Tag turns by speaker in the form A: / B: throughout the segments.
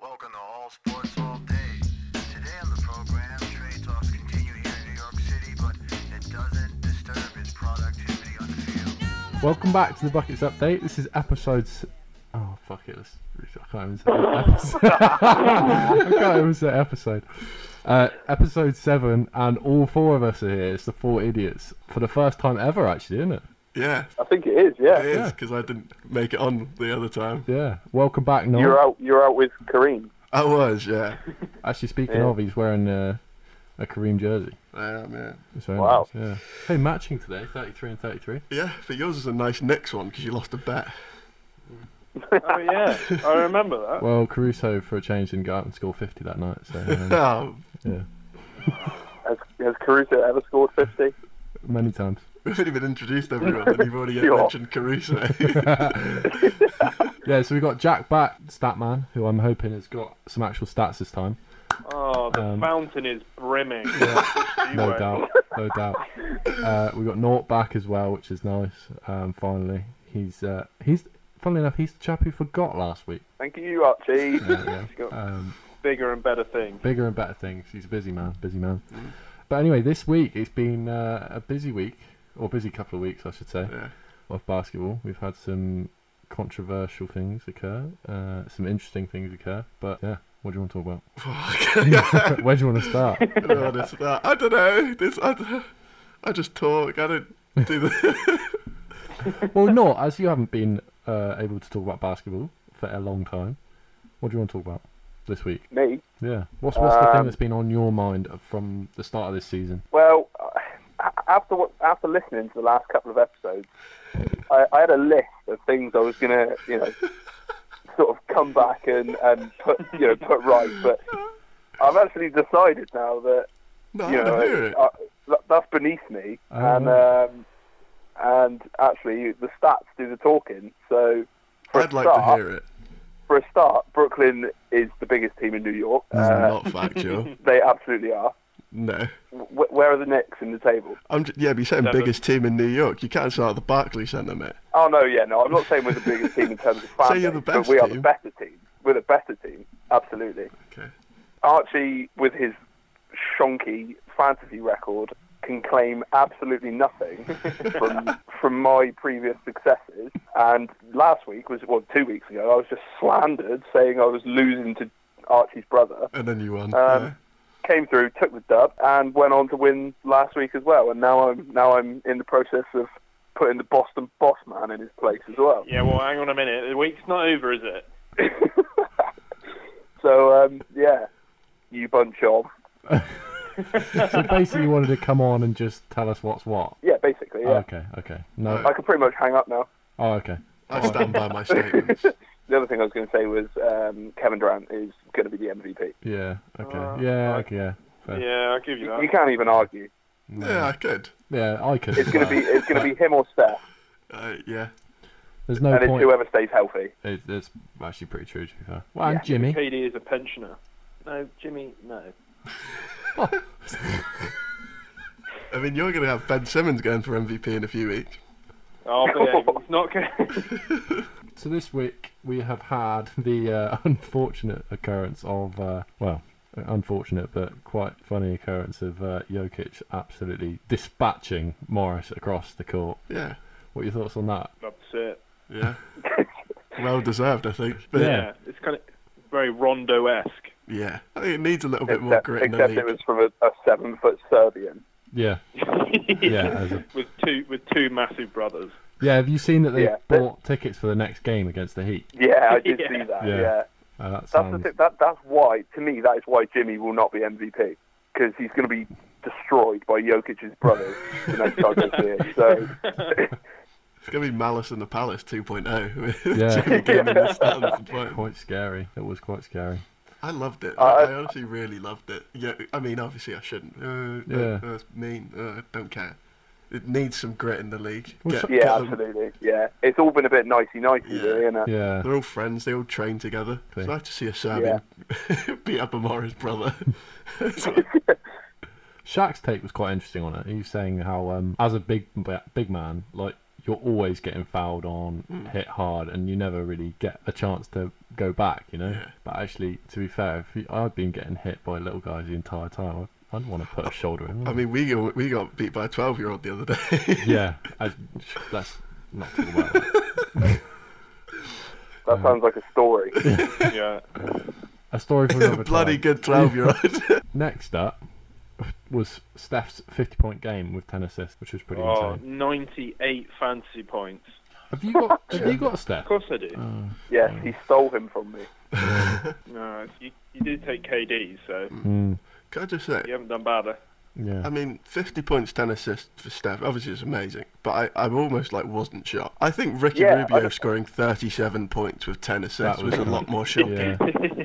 A: Welcome to All Sports All Day. Today on the program, trade talks continue here in New York City, but it doesn't disturb his productivity on the field.
B: Welcome back to the Buckets Update. This is episode. s- Oh fuck it! Let's... I can't even say episode. I can't even say episode. Uh, episode seven, and all four of us are here. It's the four idiots for the first time ever, actually, isn't it?
C: Yeah,
D: I think it is,
C: it
D: yeah.
C: is because I didn't make it on the other time.
B: Yeah. Welcome back, Noel.
D: You're out you're out with Kareem.
C: I was, yeah.
B: Actually, speaking
D: Yeah.
B: of, he's wearing uh, a Kareem jersey.
C: I am, yeah.
B: It's very
D: Wow.
B: nice, yeah. Hey, matching today, thirty-three and thirty-three.
C: Yeah, but yours is a nice next one because you lost a bet.
E: Oh yeah, I remember that.
B: Well, Caruso for a change didn't go out and score fifty that night. So um,
C: Oh,
B: yeah,
D: Has, has Caruso ever scored 50?
B: many times.
C: we haven't even introduced everyone, and you've already mentioned Caruso.
B: Yeah, so we've got Jack Bat, Statman, who I'm hoping has got some actual stats this time.
E: Oh, the
B: Um,
E: fountain is brimming. You
B: No
E: won't.
B: doubt, no doubt. Uh, we've got Nort back as well, which is nice. Um, finally, he's uh, he's funnily enough, he's the chap who forgot last week.
D: Thank you, Archie.
B: Yeah,
E: He's got
B: Um,
E: bigger and better things.
B: bigger and better things. He's a busy man, busy man. But anyway, this week it's been uh, a busy week, or busy couple of weeks, I should say,
C: yeah.
B: of basketball. We've had some controversial things occur, uh, some interesting things occur. But yeah, what do you want to talk about?
C: Fuck.
B: Where do you want to start?
C: Oh, this, that. I don't know. This, I, d- I just talk. I don't do the.
B: well, no, as you haven't been uh, able to talk about basketball for a long time, what do you want to talk about this week?
D: Me?
B: Yeah, what's what's the thing
D: Um,
B: that's been on your mind from the start of this season?
D: Well, uh, after what- after listening to the last couple of episodes, I, I had a list of things I was gonna, you know, sort of come back and, and put you know put right. But I've actually decided now that
C: No,
D: you
C: I don't
D: know
C: hear it.
D: I, that- that's beneath me,
B: Oh,
D: and um, and actually the stats do the talking. So for
C: I'd
D: a
C: like
D: start,
C: to hear it.
D: for a start, Brooklyn is the biggest team in New York.
C: That's
D: Uh,
C: not factual.
D: they absolutely are.
C: no.
D: W- where are the Knicks in the table?
C: I'm j- yeah, but you're saying
E: Seven.
C: biggest team in New York. You can't start at the Barclays Centre, mate.
D: Oh no, yeah, no. I'm not saying we're the biggest team in terms of fans,
C: Say you're the
D: but
C: best
D: we are the
C: team.
D: better team. We're the better team, absolutely.
C: Okay.
D: Archie, with his shonky fantasy record, can claim absolutely nothing from from my previous successes. And last week was well, two weeks ago, I was just slandered, saying I was losing to Archie's brother.
C: And then you won.
D: Um,
C: yeah.
D: Came through, took the dub, and went on to win last week as well. And now I'm now I'm in the process of putting the Boston boss man in his place as well.
E: Yeah, well, hang on a minute. The week's not over, is it?
D: So um, yeah, you bunch of
B: so basically, you wanted to come on and just tell us what's what. Oh,
D: yeah, basically yeah.
B: Okay, okay, no,
D: I could pretty much hang up now.
B: oh, okay.
C: I stand by my statements.
D: The other thing I was going to say was um, Kevin Durant is going to be the MVP.
B: Yeah, okay,
E: Uh,
B: yeah,
E: I-
B: okay, yeah, fair. yeah.
E: Yeah, I'll give you
D: You, you
E: that.
D: can't even argue.
C: yeah, I could.
B: I could.
D: It's
B: as
D: going to
B: well.
D: be it's going to be him or Steph,
C: Uh, yeah.
B: There's no
D: and it's
B: point.
D: whoever stays healthy.
B: It, it's actually pretty true to be fair. Well, and
D: Yeah.
B: Jimmy.
E: KD is a pensioner. No, Jimmy, no.
C: I mean, you're going to have Ben Simmons going for MVP in a few weeks.
E: Oh, but it's not going.
B: So this week we have had the uh, unfortunate occurrence of uh, well, unfortunate but quite funny occurrence of uh, Jokic absolutely dispatching Morris across the court.
C: Yeah,
B: What are your thoughts on that?
E: That's it.
C: yeah. well deserved, I think. But
B: Yeah.
C: yeah.
E: Yeah, it's kind of very Rondo-esque.
C: I think it needs a little bit more
D: Except,
C: grit in the
D: except
C: league.
D: it was from a, a seven foot Serbian.
B: Yeah, yeah, as a-
E: with two with two massive brothers.
B: yeah. Have you seen that they
D: Yeah.
B: bought tickets for the next game against the Heat?
D: Yeah, I did
E: Yeah.
D: see that.
B: Yeah. Uh,
D: Yeah,
B: that
D: that's the
B: sounds
D: thing. That that's why to me that is why Jimmy will not be MVP because he's going to be destroyed by Jokic's brother the next time they see it. So.
C: It's going to be Malice in the Palace 2.0.
B: Yeah.
C: Jimmy getting in the stands and fighting.
B: quite scary. It was quite scary.
C: I loved it.
D: I-
C: I, I honestly really loved it. Yeah, I mean, obviously I shouldn't. Uh,
B: Yeah.
C: yeah. That's mean. Uh, I don't care. It needs some grit in the league.
B: Well, so-
D: Yeah,
C: them-
D: absolutely. Yeah, it's all been a bit nicey nicey,
C: Yeah.
D: really, isn't it?
B: Yeah,
C: They're all friends. They all train together.
B: Okay.
C: It's nice to see a Serbian beat up Amara's brother.
B: Shaq's take was quite interesting on it. He was saying how, um, as a big big man,
C: Mm.
B: like you're always getting fouled on, hit hard, and you never really get a chance to go back, you know. But actually, to be fair, if you, I'd been getting hit by little guys the entire time, I, I'd want to put a shoulder in.
C: I
B: wouldn't
C: mean, we got, we got beat by a 12 year old the other day.
B: I? yeah, I, let's not talk about that.
D: That sounds like a story.
E: yeah.
B: A story for another
C: Bloody
B: time.
C: good 12 year old.
B: Next up was Steph's 50-point game with 10 assists, which was pretty
E: Oh,
B: insane.
E: 98 fantasy points.
B: Have you got? Have you got a Steph?
E: Of course I do.
B: Oh.
D: yes, he stole him from me.
E: No, it's- you, you do take KD, so
B: Mm,
C: Can I just say,
E: you haven't done eh? badder.
B: yeah.
E: Um,
C: I mean, 50 points, 10 assists for Steph, obviously is amazing, but I, I almost like wasn't shocked. I think Ricky
D: Yeah, I
C: Rubio
D: don't-
C: scoring 37 points with 10 assists
B: That
C: was,
B: was
C: a
B: nice.
C: lot more shocking.
B: yeah.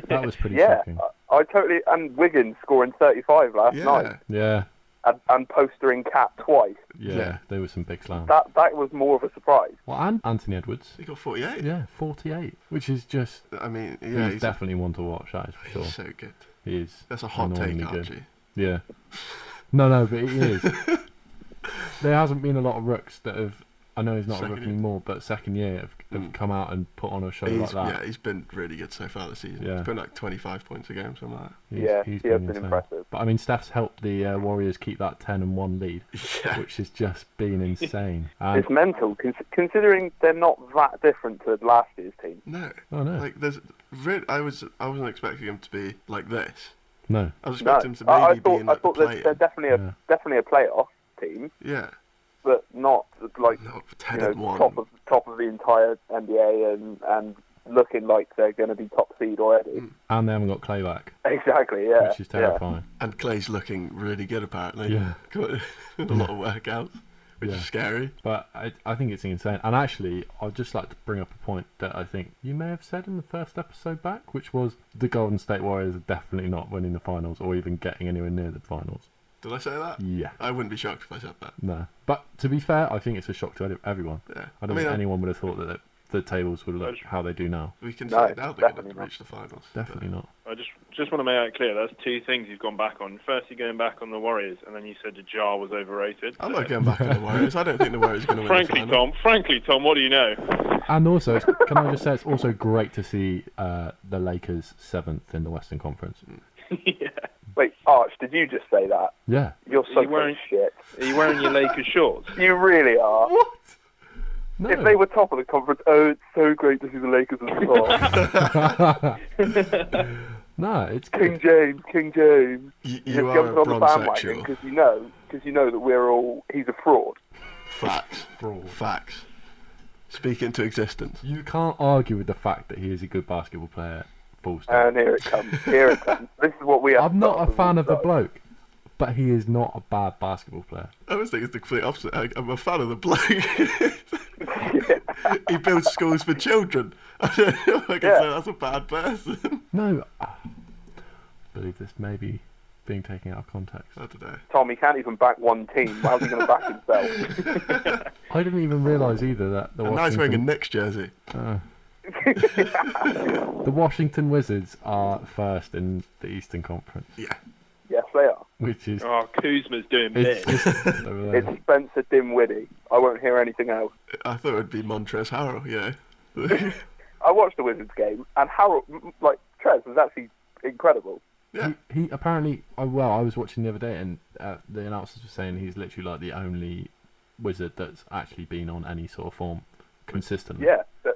B: That was pretty
D: Yeah,
B: shocking.
D: I, I totally. And Wiggins scoring 35 last
C: Yeah.
D: night,
B: Yeah,
D: and, and postering Cat twice.
B: yeah,
C: Yeah.
B: There was some big slams.
D: That that was more of a surprise.
B: Well, and Anthony Edwards.
C: He got 48.
B: Yeah, 48, which is just.
C: I mean, yeah,
B: he's,
C: he's,
B: definitely one to watch. That is for
C: he's
B: sure.
C: so good.
B: He is.
C: That's a hot take,
B: annoyingly good.
C: Archie.
B: Yeah. No, no, but he is. there hasn't been a lot of rooks that have. I know he's not a
C: Second
B: rook
C: year.
B: anymore, but second year have, have
C: Mm.
B: come out and put on a show like
C: He's,
B: that.
C: yeah, he's been really good so far this season.
B: Yeah.
C: He's been like 25 points a game, something like
B: He's,
D: yeah,
B: he's
D: he has been
B: insane.
D: impressive.
B: But I mean, Steph's helped the uh, Warriors keep that 10 and 1 lead,
C: that. Yeah.
B: which has just been insane. And,
D: It's mental, cons- considering they're not that different to last year's team.
C: No.
B: oh, no.
C: Like, there's. Re- I, was, I wasn't expecting him to be like this.
B: no.
C: I was
D: No,
C: expecting him to maybe
D: I, I
C: be
D: thought
C: in
D: I
C: like,
D: thought
C: the
D: that
C: play.
D: they're definitely a
B: Yeah.
D: definitely a playoff team,
C: Yeah.
D: but not like
C: Not
D: you
C: 10
D: know
C: and 1.
D: top of top of the entire NBA and and looking like they're going to be top seed already.
C: Hmm.
B: And they haven't got Clay back,
D: Exactly, yeah.
B: which is terrifying.
C: And Clay's looking really good apparently.
B: Yeah.
C: Got a lot of workouts, which
B: Yeah.
C: is scary.
B: But I, I think it's insane. And actually, I'd just like to bring up a point that I think you may have said in the first episode back, which was the Golden State Warriors are definitely not winning the finals or even getting anywhere near the finals.
C: Did I say that?
B: Yeah.
C: I wouldn't be shocked if I said that.
B: No. But to be fair, I think it's a shock to ev- everyone.
C: Yeah.
B: I don't
C: mean,
B: think
C: I-
B: anyone would have thought that the, the tables would look how they do now.
C: we can
D: No,
C: say now they're going
D: definitely
C: to
D: not.
C: reach the finals. but-
B: Definitely not.
E: I just just want to make that clear. That's two things you've gone back on. First, you're going back on the Warriors, and then you said the Jar was overrated.
C: I'm not going back on the Warriors. I don't think the Warriors are going to win
E: Frankly,
C: the final.
E: Tom. Frankly, Tom. What do you know?
B: And also, it's- can I just say it's also great to see uh, the Lakers seventh in the Western Conference.
E: yeah.
D: Wait, Arch, did you just say that?
B: Yeah.
D: You're such
E: You weren't-
D: a shit.
E: Are you wearing your Lakers shorts?
D: You really are.
B: No.
D: If they were top of the conference, oh, it's so great to see the Lakers as well.
B: no, it's
D: King James, King James.
C: You, you
D: You've
C: are
D: jumped
C: a
D: on the
C: bronze
D: bandwagon
C: sexual.
D: because you know, because you know that we're all. He's a fraud.
C: Facts.
B: Fraud.
C: Facts. Speak into existence.
B: You can't argue with the fact that he is a good basketball player. Full stop.
D: And here it comes. Here it comes. This is what we have.
B: I'm
D: to
B: not
D: start
B: a fan of the
D: with.
B: bloke, but he is not a bad basketball player.
C: I always think it's the complete opposite. I, I'm a fan of the bloke. he builds schools for children. I don't know if I can
D: Yeah.
C: say that's a bad person.
B: No, I believe this may be being taken out of context.
C: I don't know.
D: Tom, he can't even back one team. How's he going to back himself?
B: I didn't even realise either that the
C: And now he's wearing a
B: Washington,
C: Knicks jersey.
B: uh, the Washington Wizards are first in the Eastern Conference,
C: Yeah.
D: yes, they are.
B: which is
E: Oh, Kuzma's doing
B: it's,
E: bits.
B: it's over there.
D: It's Spencer Dinwiddie. I won't hear anything else.
C: I thought it would be Montrezl Harrell, yeah.
D: I watched the Wizards game, and Harold, m- like Trez, was actually incredible.
C: yeah.
B: He apparently, oh, well, I was watching the other day, and uh, the announcers were saying he's literally like the only wizard that's actually been on any sort of form consistently.
D: Yeah, but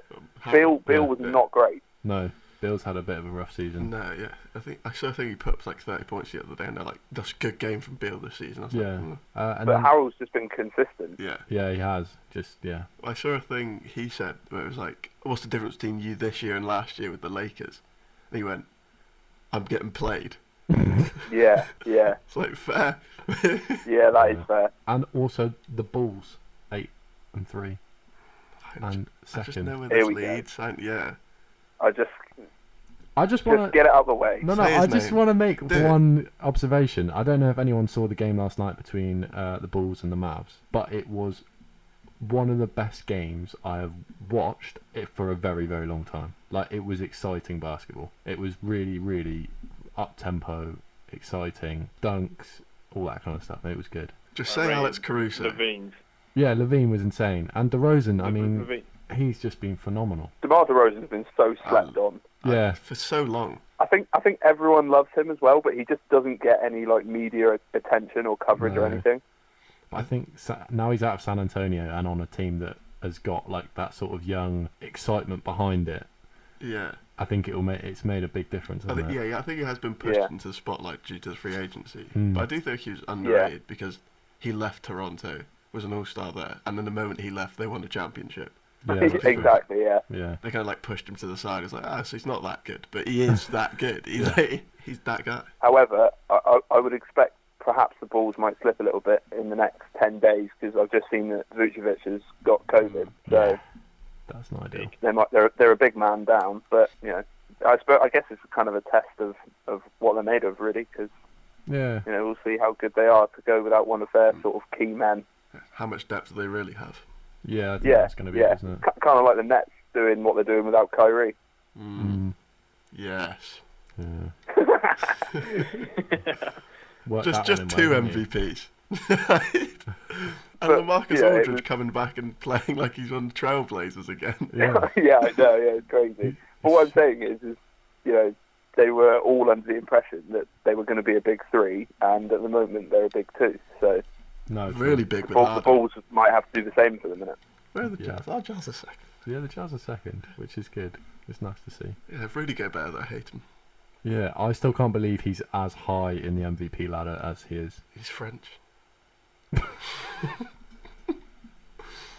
D: Bill, Bill was not great.
B: No, Bill's had a bit of a rough season.
C: No, yeah. I think I saw a thing he put up like 30 points the other day, and they're like, that's a good game from Bill this season. I was
B: Yeah,
C: Like, "Mm."
B: uh, and
D: But
B: then,
D: Harold's just been consistent.
C: yeah.
B: yeah, he has. Just yeah,
C: I saw a thing he said where it was like, what's the difference between you this year and last year with the Lakers? And he went, I'm getting played.
D: Yeah, yeah,
C: It's like, fair.
D: yeah. That is fair.
B: and also the Bulls eight and three and
C: I just know
B: second.
C: where
D: Here
C: this
D: we go.
C: leads. I, yeah.
D: I just
B: I just
D: just
B: want
D: get
B: to.
D: it out of the way.
B: No, no.
C: Say his
B: I just
C: name.
B: want to make
C: Do it.
B: one observation. I don't know if anyone saw the game last night between uh, the Bulls and the Mavs, but it was one of the best games I have watched it for a very, very long time. Like it was exciting basketball. It was really, really up tempo, exciting dunks, all that kind of stuff. It was good.
C: Just
E: I
C: say
E: rate
C: Alex Caruso.
E: Levine's.
B: Yeah, Levine was insane, and DeRozan. I mean,
E: Levine.
B: he's just been phenomenal.
D: DeMar DeRozan has been so
B: Uh-huh.
D: slept on.
B: Yeah,
C: for so long.
D: I think I think everyone loves him as well, but he just doesn't get any like media attention or coverage or
B: No.
D: anything.
B: I think Sa- now he's out of San Antonio and on a team that has got like that sort of young excitement behind it.
C: Yeah.
B: I think it'll make it's made a big difference.
C: I
B: Hasn't
C: think,
B: it?
C: yeah, yeah, I think he has been pushed
D: Yeah.
C: into the spotlight due to the free agency.
B: Hmm.
C: But I do think he was underrated because he left Toronto, was an all star there, and then the moment he left, they won a championship.
B: Yeah.
D: exactly, yeah.
B: yeah.
C: They kind of like pushed him to the side. It's like, ah, so he's not that good, but he is that good. He's like, he's that guy.
D: However, I, I I would expect perhaps the Bulls might slip a little bit in the next 10 days because I've just seen that Vucevic has got COVID.
B: Mm.
D: So
B: That's not ideal.
D: they might, they're, they're a big man down. But, you know, I, suppose, I guess it's kind of a test of, of what they're made of, really, because,
B: Yeah,
D: you know, we'll see how good they are to go without one of
B: Mm.
D: their sort of key men.
C: How much depth do they really have?
B: yeah. I think
D: Yeah,
B: that's going to be,
D: yeah.
B: it, isn't it?
D: Ki- kind of like the Nets doing what they're doing without Kyrie.
C: Mm.
B: Mm,
C: Yes.
B: yeah. Work
C: Just
B: that one in
C: just
B: well,
C: two
B: haven't you?
C: MVPs. and
D: But,
C: Lamarcus
D: yeah, it
C: Aldridge
D: was-
C: coming back and playing like he's on Trailblazers again.
B: Yeah.
D: yeah, I know. Yeah, it's crazy. But what I'm saying is, is you know, they were all under the impression that they were going to be a big three, and at the moment they're a big two. So
B: No, it's
C: Really
B: not.
C: big
D: the,
C: with
D: ball, the
C: Harden.
D: Bulls might have to do the same for the minute.
C: Where are the
B: Oh, Yeah.
C: Jazz? Oh, Jazz are second.
B: Yeah, the Jazz are second, which is good. It's nice to see.
C: Yeah, if Rudiger better, I hate him.
B: Yeah, I still can't believe he's as high in the MVP ladder as he is.
C: He's French.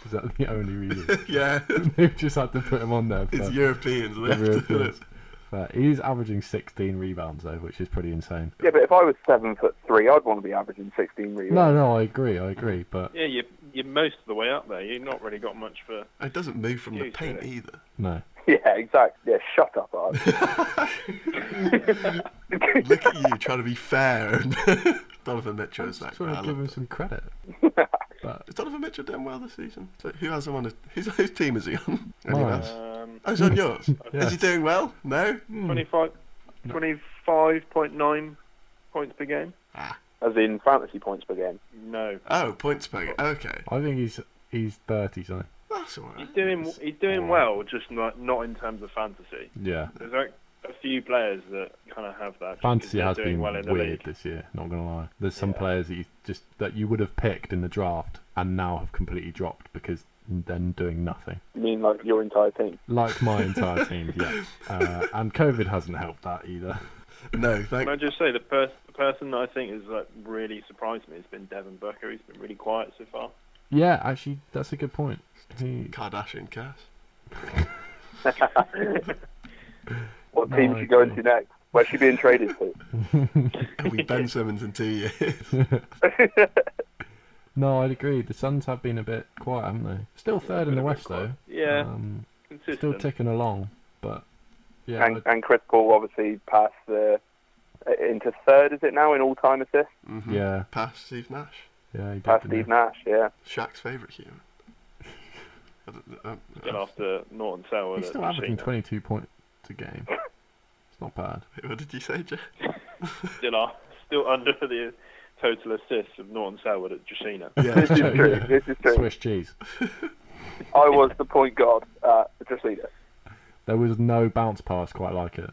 B: Is that the only reason?
C: yeah,
B: They've just had to put him on there.
C: it's
B: for-
C: Europeans. They
B: the
C: have to do it.
B: Europeans. But he is averaging 16 rebounds though, which is pretty insane.
D: Yeah, but if I was seven foot three, I'd want to be averaging 16 rebounds.
B: No, no, I agree, I agree. But
E: Yeah, you're, you're most of the way up there. You've not really got much for.
C: It doesn't move from the
E: Huge,
C: paint
E: really.
C: either.
B: no,
D: Yeah, exactly. Yeah, shut up, Art.
C: Look at you trying to be fair. And Donovan Mitchell is that
B: just want
C: guy. I
B: to give
C: love
B: him
C: that.
B: some credit. But
C: Is Donovan Mitchell doing well this season? So who has him on? His, who's, whose team is he on?
B: Mine.
C: Anyone else?
E: Um,
C: Oh, he's on yours. Is
B: Yes.
C: he doing well? No.
E: 25, 25.9 points per game?
D: As in fantasy points per game.
E: No.
C: Oh, points per game. Okay,
B: I think he's he's 30 something.
C: that's alright.
E: He's doing, he's doing well, just not, not in terms of fantasy.
B: Yeah,
E: There's like a few players that kind of have that. just 'cause
B: fantasy
E: they're
B: has
E: doing
B: been
E: well in the
B: weird
E: league.
B: this year. Not gonna lie, there's some players that you just that you would have picked in the draft and now have completely dropped because they're doing nothing.
D: You mean like your entire team?
B: Like my entire team, yeah. Uh, and COVID hasn't helped that either.
C: No, thank.
E: Can I just say the, per- the person that I think has like really surprised me has been Devin Booker. He's been really quiet so far.
B: Yeah, actually, that's a good point. He,
C: Kardashian Cass.
D: What
B: No,
D: team
B: I
D: should go
B: agree.
D: into next? Where's she being traded to?
C: It'll be Ben Simmons in two years.
B: no, I'd agree. The Suns have been a bit quiet, haven't they? Still third in the West though.
E: Yeah,
B: Um, still
E: consistent.
B: ticking along, but yeah,
D: and, and Chris Paul obviously passed the into third, is it now in all-time assists?
C: Mhm.
B: yeah,
C: Past Steve Nash.
B: yeah. He did,
D: Mm-hmm. Past
B: didn't he?
D: Steve Nash, yeah.
C: Shaq's favourite human. I don't- um,
E: Get after Norton Selwood.
B: He's
E: at
B: still
E: the
B: averaging
E: Sheena.
B: 22 points a game. It's not bad.
C: what did you say, Jeff?
E: Still, are, still under the total assists of Norton Selwood at Dracena.
C: Yeah.
D: This is true. This is true.
B: Swiss cheese.
D: I was the point guard at Dracena.
B: There was no bounce pass quite like it.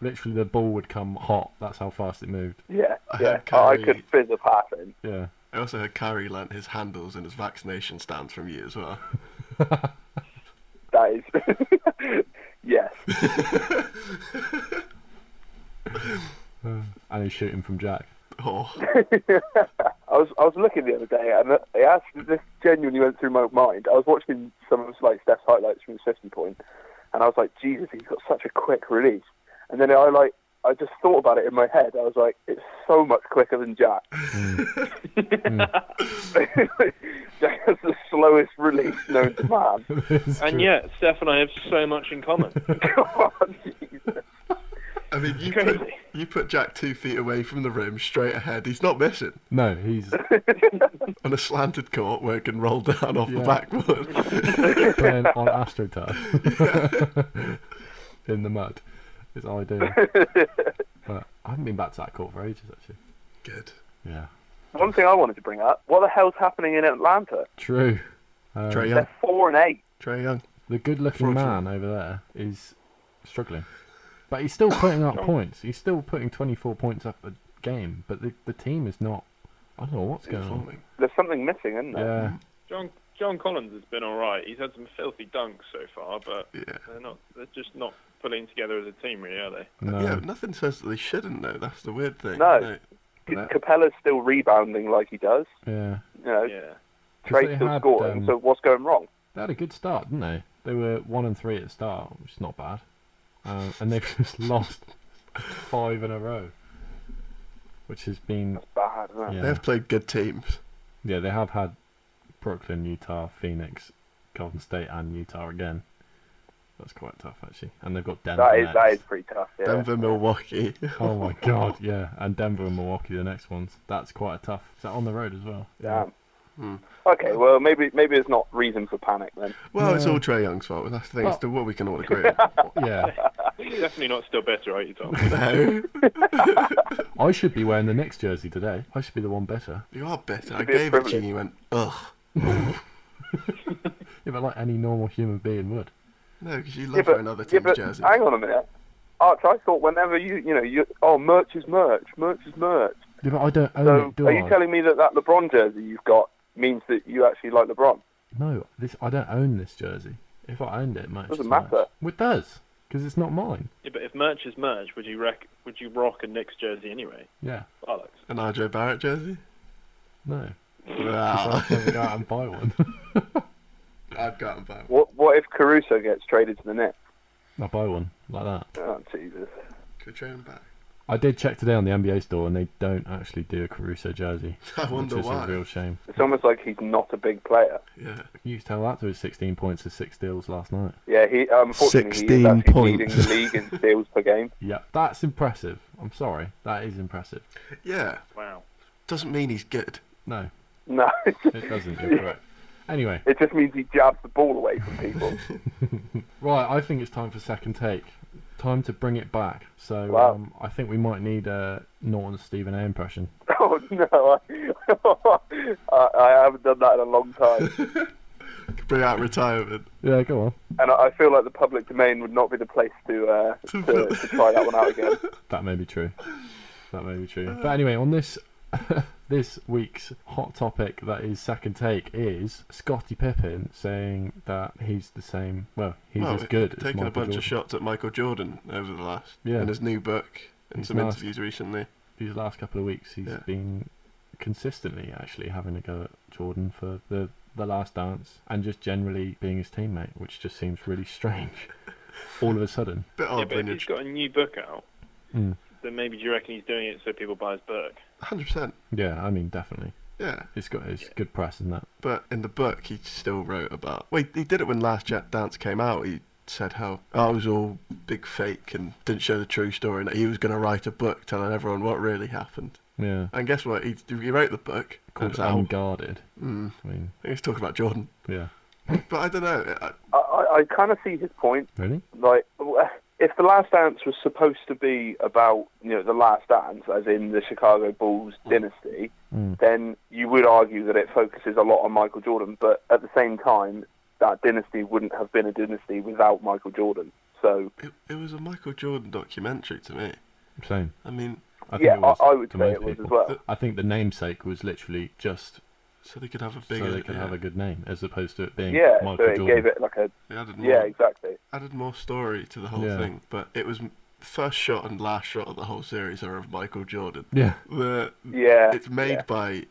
B: Literally, the ball would come hot. That's how fast it moved.
D: Yeah,
C: I
D: yeah.
C: had
D: I
C: Kyrie.
D: could fizz a pass in.
B: Yeah.
C: I also heard Kyrie learnt his handles and his vaccination stance from you as well.
D: That is, yes. Mm.
B: And he's shooting from Jack.
C: Oh,
D: I was I was looking the other day, and it actually this genuinely went through my mind. I was watching some of like Steph's highlights from his fifty point, and I was like, Jesus, he's got such a quick release. And then I like I just thought about it in my head. I was like, it's so much quicker than Jack. Jack has the slowest release known to man.
E: And yet, Steph and I have so much in common.
D: God, Jesus.
C: I mean, you put,
E: Crazy.
C: you put Jack two feet away from the rim, straight ahead. He's not missing
B: No, he's
C: on a slanted court where it can roll down off
B: Yeah.
C: the backboard.
B: playing on AstroTurf in the mud. It's ideal. But I haven't been back to that court for ages, actually.
C: Good.
B: Yeah.
D: One thing I wanted to bring up: what the hell's happening in Atlanta?
B: True. Um,
C: Trey Young.
D: They're four and eight.
C: Trey Young.
B: The good-looking
C: Fraudulent.
B: man over there is struggling, but he's still putting up points. He's still putting 24 points up a game, but the the team is not. I don't know what's going on.
C: Informing.
D: There's something missing, isn't there?
B: Yeah,
E: John John Collins has been all right. He's had some filthy dunks so far, but
C: Yeah.
E: they're not. They're just not pulling together as a team, really, are they?
B: no.
C: Yeah, but nothing says that they shouldn't though. That's the weird thing.
D: No.
C: No.
D: C- Capella's still rebounding like he does.
B: yeah.
D: You know,
E: Yeah.
D: Trey's
B: they
D: still
B: had,
D: scoring.
B: um,
D: So what's going wrong?
B: They had a good start, didn't they? They were one and three at the start, which is not bad, um, and they've just lost five in a row, which has been
D: That's bad. Isn't it?
B: yeah.
C: They have played good teams.
B: Yeah, they have had Brooklyn, Utah, Phoenix, Golden State, and Utah again. That's quite tough, actually. And they've got Denver.
D: That is that
B: next.
D: is pretty tough. Yeah.
C: Denver, Milwaukee.
B: Oh my god, yeah. And Denver and Milwaukee, the next ones. That's quite a tough. Is that on the road as well?
D: Damn. Okay, well maybe maybe there's not reason for panic then.
C: Well, it's
B: Yeah.
C: all Trey Young's fault. That's the thing. It's
B: Well-
C: the what we can all agree. on.
B: Yeah.
E: He's definitely not still better, right, you Tom?
C: no,
B: I should be wearing the next jersey today. I should be the one better.
C: you are better. I
D: be a
C: gave it to you.
D: privilege.
C: and You went ugh.
B: Yeah, but like any normal human being would.
C: No, because you love
D: yeah, but,
C: wearing other
D: yeah,
C: teams'
D: but
C: jerseys.
D: hang on a minute. Arch, I thought whenever you you know you oh merch is merch, merch is merch.
B: Yeah, but I don't own
D: So
B: it, do
D: are
B: I?
D: you telling me that that LeBron jersey you've got means that you actually like LeBron?
B: No, this I don't own this jersey. If I owned it, it might
D: Doesn't
B: just
D: matter.
B: match. Well, It does, because it's not mine.
E: Yeah, but if merch is merch, would you rec- would you rock a Knicks jersey anyway?
B: Yeah,
E: Bollocks.
C: An RJ Barrett jersey.
B: no.
C: Wow.
B: I'll never go out and buy one.
C: I've gotten back.
D: What what if Caruso gets traded to the Knicks?
B: I'll buy one like that.
D: Oh Jesus.
C: Could trade him back.
B: I did check today on the NBA store, and they don't actually do a Caruso jersey.
C: I wonder
B: which is
C: why.
B: a real shame.
D: It's almost like he's not a big player.
C: Yeah.
B: You can tell that to his 16 points and six steals last night.
D: Yeah, he unfortunately he
C: 16
D: is actually leading
C: points.
D: the league in steals per game.
B: Yeah, that's impressive. I'm sorry, that is impressive.
C: Yeah.
E: Wow.
C: Doesn't mean he's good.
B: No,
D: No,
B: it doesn't. You're correct. Anyway,
D: it just means he jabs the ball away from people.
B: right, I think it's time for second take. Time to bring it back. So
D: Wow.
B: um, I think we might need a Norton Stephen A impression.
D: oh no, I, I, I haven't done that in a long time,
C: Could bring out retirement.
B: Yeah, go on.
D: and I, I feel like the public domain would not be the place to uh, to, to try that one out again.
B: That may be true. That may be true. But anyway, on this this week's hot topic that is second take is Scotty Pippen saying that he's the same. Well, he's
C: Well,
B: as good as
C: Taking
B: Michael
C: a bunch
B: Jordan.
C: of shots at Michael Jordan over the last.
B: Yeah.
C: In his new book and
B: He's
C: some
B: nice.
C: interviews recently.
B: These last couple of weeks, he's
C: Yeah.
B: been consistently actually having a go at Jordan for the the last dance and just generally being his teammate, which just seems really strange. All of a sudden,
C: Bit
E: yeah,
C: odd
E: but
C: when
E: if
C: you're
E: he's got a new book out,
B: Mm.
E: then maybe do you reckon he's doing it so people buy his book?
C: hundred percent.
B: yeah, I mean, definitely,
C: Yeah.
B: it's got it's good press in that.
C: But in the book, he still wrote about. Wait, he did it when Last Jet Dance came out. He said how oh, it was all big fake and didn't show the true story, and that he was going to write a book telling everyone what really happened.
B: Yeah,
C: And guess what? He, he wrote the book.
B: called
C: It's out.
B: unguarded.
C: Mm.
B: I mean,
C: He was talking about Jordan.
B: yeah,
C: But I don't know. I,
D: I, I, I kind of see his point.
B: really.
D: Like, if the Last Dance was supposed to be about you know the Last Dance, as in the Chicago Bulls dynasty,
B: Mm.
D: then you would argue that it focuses a lot on Michael Jordan. But at the same time, that dynasty wouldn't have been a dynasty without Michael Jordan. So
C: it, it was a Michael Jordan documentary to me.
B: Same.
C: I mean,
B: I think
D: yeah,
B: it was
D: I, I would
B: to
D: say
B: most
D: it was as
B: people.
D: well.
B: I think the namesake was literally just
C: so they could have a big.
B: so they could have a good name, as opposed to it being
D: Yeah,
B: Michael
D: so it
B: Jordan.
D: gave it like a
C: They added more,
D: yeah, exactly.
C: added more story to the whole
B: Yeah.
C: thing. But it was first shot and last shot of the whole series are of Michael Jordan.
B: Yeah,
C: The
D: Yeah,
C: It's made
D: yeah.
C: by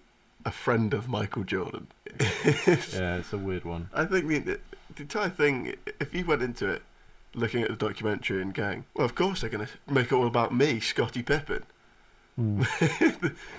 C: a friend of Michael Jordan. It's-
B: yeah, it's a weird one.
C: I think the, the entire thing, if you went into it looking at the documentary and going, well, of course they're going to make it all about me, Scotty Pippen.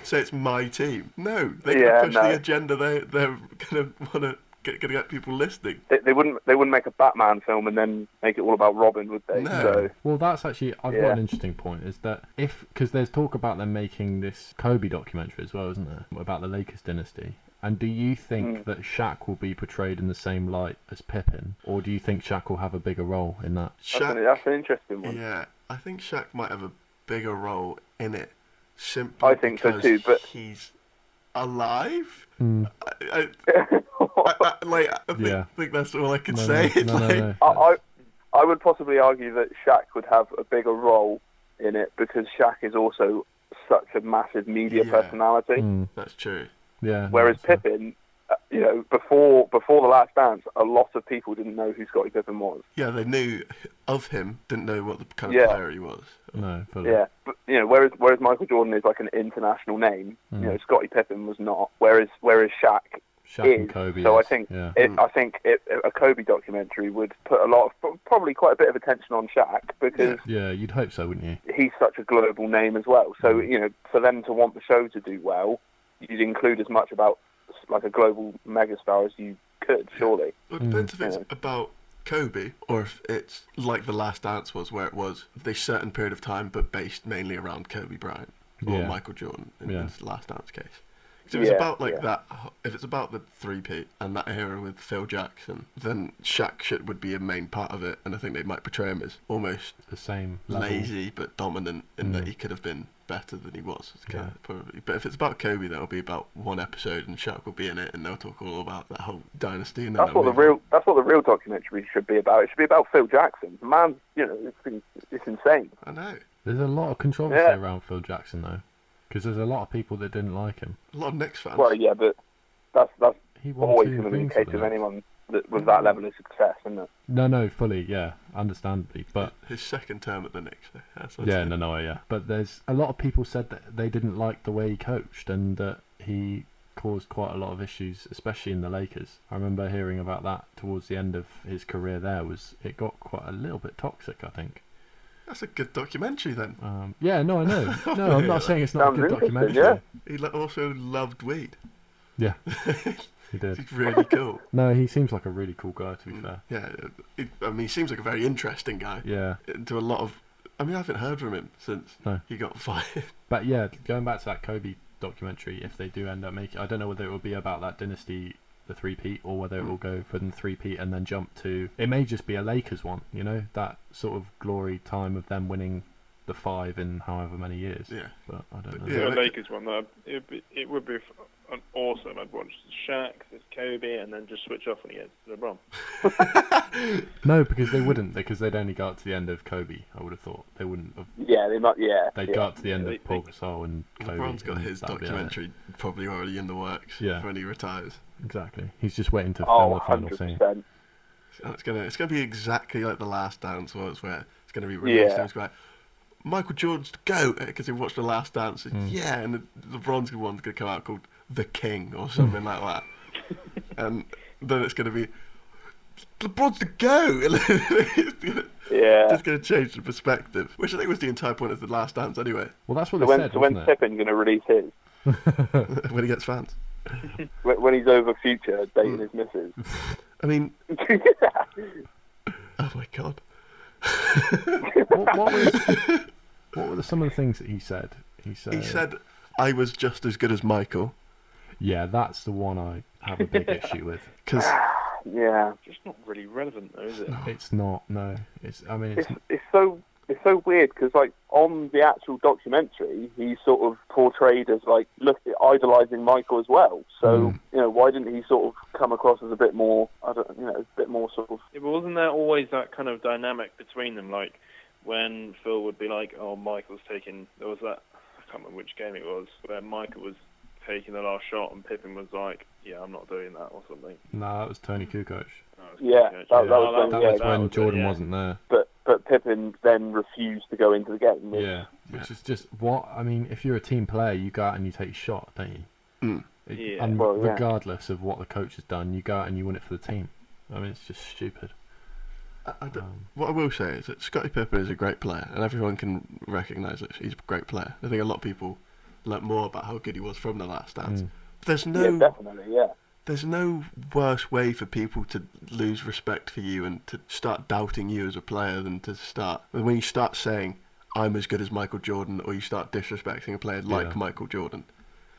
C: so it's my team. No, they're going
D: Yeah,
C: to push
D: no.
C: the agenda. They, they're going to want to get, gonna get people listening.
D: They, they wouldn't they wouldn't make a Batman film and then make it all about Robin, would they?
C: No.
D: So
B: Well, that's actually I've
D: Yeah.
B: got an interesting point. Is that if because there's talk about them making this Kobe documentary as well, isn't there? About the Lakers dynasty. And do you think
D: Hmm.
B: that Shaq will be portrayed in the same light as Pippin, or do you think Shaq will have a bigger role in that?
D: that's, an,
C: Shaq,
D: that's an interesting one.
C: yeah, I think Shaq might have a bigger role in it. Simply
D: I think so
C: because
D: too, but-
C: Hmm. he's alive. I, I, I, I, like, I think,
B: Yeah.
C: think that's all I can
B: No,
C: say.
B: no,
C: It's
B: no, no,
C: like,
B: no.
D: I, I, I would possibly argue that Shaq would have a bigger role in it because Shaq is also such a massive media
C: Yeah.
D: personality.
B: Mm,
C: That's true.
B: yeah.
D: Whereas
B: that's it.
D: Pippin, uh, you know, before before the Last Dance, a lot of people didn't know who Scottie Pippen was.
C: Yeah, they knew of him, didn't know what the kind of
D: Yeah.
C: player he was.
B: No, but
D: Yeah, but, you know, whereas whereas Michael Jordan is like an international name,
B: Mm.
D: you know, Scottie Pippen was not. Whereas whereas Shaq
B: Shaq
D: is.
B: and Kobe.
D: So I
B: is-
D: think
B: Yeah.
D: It, I think it, a Kobe documentary would put a lot of, probably quite a bit of attention on Shaq because
B: Yeah, you'd hope so, wouldn't you?
D: he's such a global name as well. So, you know, for them to want the show to do well, you'd include as much about like a global megastar as you could, surely.
C: Well, it
B: Mm.
C: depends if it's
D: Yeah.
C: about Kobe or if it's like The Last Dance was, where it was this certain period of time, but based mainly around Kobe Bryant or
B: Yeah.
C: Michael Jordan in
B: Yeah.
C: this Last Dance case. 'Cause if it's
D: Yeah,
C: about like
D: yeah.
C: that, if it's about the three P and that era with Phil Jackson, then Shaq shit would be a main part of it, and I think they might portray him as almost
B: The same level. Mm.
C: lazy but dominant in that he could have been better than he was. It's kind
B: Yeah.
C: of probably. But if it's about Kobe, that'll be about one episode, and Shaq will be in it, and they'll talk all about that whole dynasty. And then
D: That's
C: they'll
D: what the
C: move on.
D: real that's what the real documentary should be about. It should be about Phil Jackson. The Man, you know, it's, been- it's insane.
C: I know.
B: There's a lot of controversy
D: Yeah.
B: around Phil Jackson though, because there's a lot of people that didn't like him.
C: A lot of Knicks fans.
D: Well, yeah, but that's that's
B: He won
D: always
B: two
D: going to be the
B: rings
D: case
B: for
D: of
B: that.
D: anyone that, with that level of success, isn't it?
B: No, no, fully, yeah, understandably, but
C: His second term at the Knicks. though. That's what
B: yeah,
C: I'm
B: no, no, yeah. But there's a lot of people said that they didn't like the way he coached and that he caused quite a lot of issues, especially in the Lakers. I remember hearing about that towards the end of his career. There was it got quite a little bit toxic, I think.
C: saying. That's a good documentary then.
B: Um, yeah, no, I know. No, I'm not saying it's not
D: Sounds
B: a good
D: interesting,
B: documentary.
D: yeah.
C: He lo- also loved weed.
B: Yeah, he did.
C: He's really cool.
B: No, he seems like a really cool guy. To be fair.
C: yeah, he, I mean, he seems like a very interesting guy.
B: Yeah,
C: To a lot of, I mean, I haven't heard from him since
B: No.
C: he got fired.
B: but yeah, going back to that Kobe documentary, if they do end up making, I don't know whether it will be about that dynasty, the three peat, or whether it will go for the three peat and then jump to. It may just be a Lakers one, you know, that sort of glory time of them winning the five in however many years.
C: Yeah.
B: but I don't
C: But
B: know.
C: yeah.
E: Yeah,
C: like-
E: Lakers one. That it, be- it would be f- an awesome. I'd watch Shaq, there's Kobe, and then just switch off when he gets to LeBron.
B: No, because they wouldn't, because they'd only got to the end of Kobe. I would have thought they wouldn't have.
D: Yeah, they might. Yeah,
B: They
D: yeah.
B: would got to the end
E: They-
B: of Paul Gasol and Kobe.
C: LeBron's got
B: and
C: his
B: that'd be it.
C: documentary probably already in the works
B: Yeah.
C: for when he retires.
B: Exactly. He's just waiting to film
D: Oh,
B: the final
D: 100
B: scene.
D: percent.
C: And Oh, it's gonna it's gonna be exactly like the Last Dance was, where it's gonna be released.
D: Yeah.
C: And it's like Michael Jordan's go because he watched the Last Dance. Yeah, and the LeBron's one's gonna come out called The King or something like that. And then it's gonna be LeBron's the go. It's gonna-
D: Yeah.
C: Just gonna change the perspective, which I think was the entire point of the Last Dance anyway.
B: Well, that's what
D: So
B: they
D: when
B: said,
D: so when
B: wasn't it?
D: Pippen going to release his?
C: when he gets fans.
D: When when he's over future dating his missus.
C: I mean, oh my god.
B: what, what was what were the- some of the things that he said? He said,
C: He said, "I was just as good as Michael."
B: "Yeah, that's the one I have a big issue with.
C: Because
D: yeah,
E: Just not really relevant though, is it?
B: It's not. No, it's. I mean, it's,
D: it's it's so it's so weird because like on the actual documentary, he's sort of portrayed as like look idolizing Michael as well. So
B: Hmm.
D: you know why didn't he sort of come across as a bit more I don't you know a bit more sort of
E: It wasn't there always that kind of dynamic between them, like when Phil would be like, "Oh, Michael's taking." There was that I can't remember which game it was where Michael was taking the last shot and Pippen was like, "Yeah, I'm not doing that" or something.
B: no, that was Tony Kukoc.
E: That was
D: Yeah,
E: good,
D: that- that
E: Oh,
D: was when-
B: That
D: yeah,
B: was when
E: was it,
B: Jordan
E: yeah.
B: wasn't there.
D: but but Pippin then refused to go into the game. which-
B: Yeah, which is just what I mean. If you're a team player, you go out and you take a shot, don't you? It-
E: Yeah.
B: and
D: Well, yeah.
B: regardless of what the coach has done, you go out and you win it for the team. I mean, it's just stupid.
C: I- I don't-
B: Um,
C: what I will say is that Scottie Pippen is a great player, and everyone can recognise that he's a great player. I think a lot of people learnt more about how good he was from the Last Dance.
B: Mm.
C: But there's
D: yeah,
C: no,
D: definitely, yeah.
C: there's no worse way for people to lose respect for you and to start doubting you as a player than to start when you start saying I'm as good as Michael Jordan, or you start disrespecting a player like
B: Yeah.
C: Michael Jordan.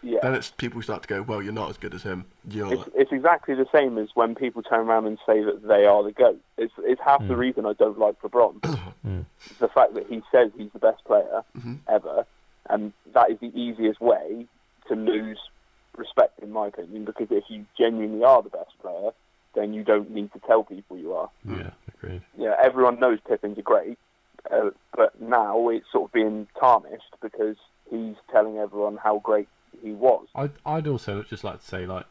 D: Yeah.
C: Then it's people start to go, well, you're not as good as him. You're
D: It's, it's exactly the same as when people turn around and say that they are the GOAT. It's, it's half the reason I don't like LeBron. It's the fact that he says he's the best player ever, and that is the easiest way to lose respect, in my opinion, because if you genuinely are the best player, then you don't need to tell people you are.
B: Yeah, agreed.
D: Yeah, everyone knows Pippins are great, uh, but now it's sort of being tarnished because he's telling everyone how great he was.
B: I'd, I'd also just like to say, like,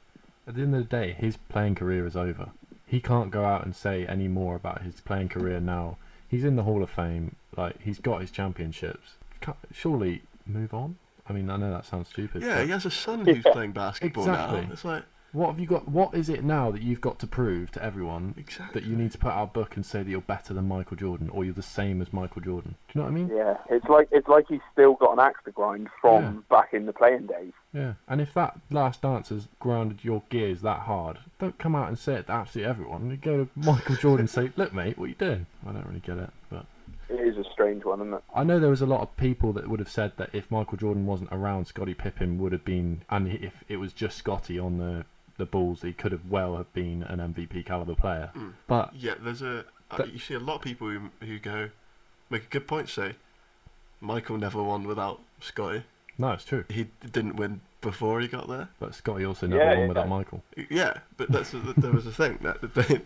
B: at the end of the day, his playing career is over. He can't go out and say any more about his playing career now. He's in the Hall of Fame. Like, he's got his championships. Can't, surely move on. I mean, I know that sounds stupid.
C: Yeah,
B: but
C: he has a son who's playing basketball now.
B: Exactly.
C: It's like,
B: What have you got? What is it now that you've got to prove to everyone
C: Exactly.
B: that you need to put out a book and say that you're better than Michael Jordan or you're the same as Michael Jordan? Do you know what I mean?
D: Yeah, it's like it's like he's still got an axe to grind from back in the playing days.
B: Yeah, and if that last dance has grounded your gears that hard, don't come out and say it to absolutely everyone. You go to Michael Jordan and say, "Look, mate, what you doing?" I don't really get it, but
D: It is a strange one, isn't it?
B: I know there was a lot of people that would have said that if Michael Jordan wasn't around, Scottie Pippen would have been, and if it was just Scotty on the the Bulls, he could have well have been an MVP caliber player.
D: Mm.
B: But
C: yeah, there's a. uh,
B: That-
C: you see a lot of people who, who go, make a good point, say, Michael never won without Scotty.
B: no, it's true.
C: He didn't win before he got there.
B: But Scotty also never
D: Yeah,
B: won
D: yeah.
B: without Michael.
C: Yeah, but that's there was a thing that that they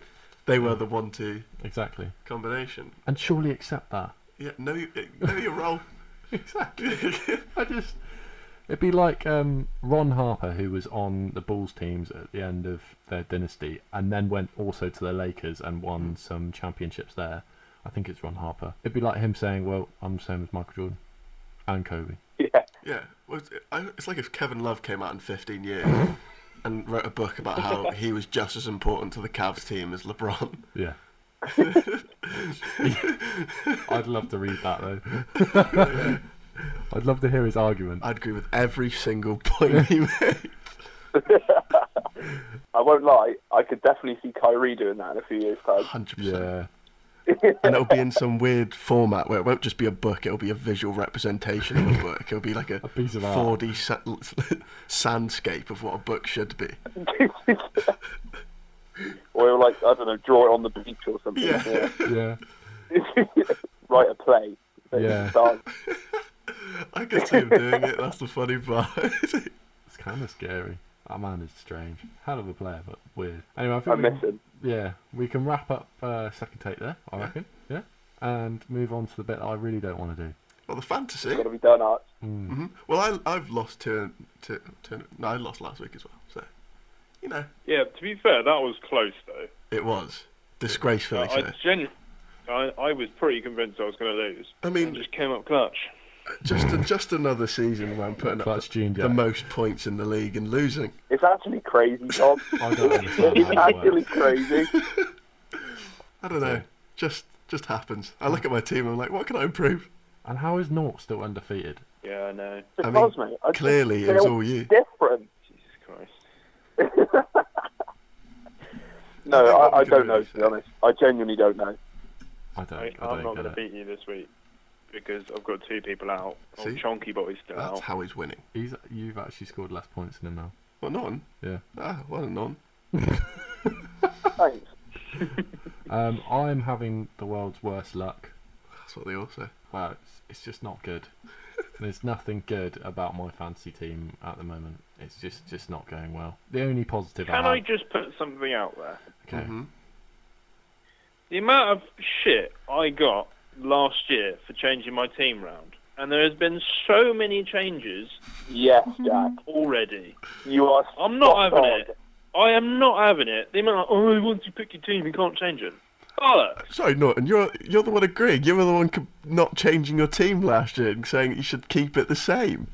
C: they were the one-two
B: Exactly.
C: combination.
B: And surely accept that.
C: Yeah, know you, know your role. exactly.
B: I just it'd be like um, Ron Harper, who was on the Bulls teams at the end of their dynasty, and then went also to the Lakers and won some championships there. I think it's Ron Harper. It'd be like him saying, "Well, I'm the same as Michael Jordan and Kobe."
D: Yeah,
C: Yeah, well, it's, I, it's like if Kevin Love came out in 15 years and wrote a book about how he was just as important to the Cavs team as LeBron.
B: Yeah. I'd love to read that though. I'd love to hear his argument.
C: I'd agree with every single point he made.
D: I won't lie. I could definitely see Kyrie doing that in a few years' time.
C: 100%.
B: Yeah.
C: And it'll be in some weird format where it won't just be a book, it'll be a visual representation of a book. It'll be like a,
B: piece of art.
C: 4D sa- sandscape of what a book should be.
D: or like I don't know, draw it on the beach or something.
C: Yeah.
B: Yeah.
D: yeah. Write a play. that you
B: Yeah.
D: start.
C: I could see him doing it, that's the funny part.
B: It's kind of scary. That man is strange. Hell of a player, but weird. Anyway, I think
D: I
B: we
D: miss
B: can-
D: him.
B: Yeah, we can wrap up uh, second take there, I reckon. Yeah, and move on to the bit that I really don't want to do.
C: well, the fantasy.
D: Got to be done, Art.
C: hmm Well, I, I've lost two, two, two. No, I lost last week as well. So, you know,
E: Yeah, to be fair, that was close though.
C: it was disgracefully.
E: I, I
C: so.
E: genu- I, I was pretty convinced I was going to lose.
C: I mean-
E: And just came up clutch.
C: Just just another season where I'm putting up
B: Clutch Gene
C: the
B: Jack.
C: most points in the league and losing.
D: It's actually crazy, Tom.
B: I don't understand
D: it's
B: how it
D: actually
B: works.
D: crazy.
C: I don't know. Just just happens. I look at my team. I'm like, what can I improve?
B: And how is Nort still undefeated?
E: Yeah, I know.
C: I mean,
D: Because, mate, I just
C: Clearly, it was
D: feel
C: all you.
D: different.
E: Jesus Christ.
D: No,
C: think what
D: I, I
C: we can
D: don't know.
C: really
D: To be honest, I genuinely don't know.
B: I don't.
E: I,
B: I,
E: I'm
B: don't
E: not going to
B: get it.
E: beat you this week because I've got two people out. Oh,
C: See?
E: Chonky Boy's still
C: That's
E: out.
C: how he's winning.
B: He's, you've actually scored less points than him now.
C: Well, none.
B: Yeah.
C: Ah, well, none.
D: Thanks.
B: Um, I'm having the world's worst luck.
C: That's what they all say.
B: Wow, it's, it's just not good. There's nothing good about my fantasy team at the moment. It's just just not going well. The only positive
E: Can
B: I
E: I Mm-hmm.
B: have.
E: just put something out there?
B: Okay.
C: Mhm.
E: The amount of shit I got last year for changing my team round, and there has been so many changes
D: Yes, Jack.
E: already.
D: You are.
E: I'm not
D: spot
E: having
D: on.
E: it. I am not having it. The amount of, oh, once you pick your team, you can't change it. Bollocks.
C: Sorry, Norton. You're you're the one agreeing. You were the one co- not changing your team last year and saying you should keep it the same.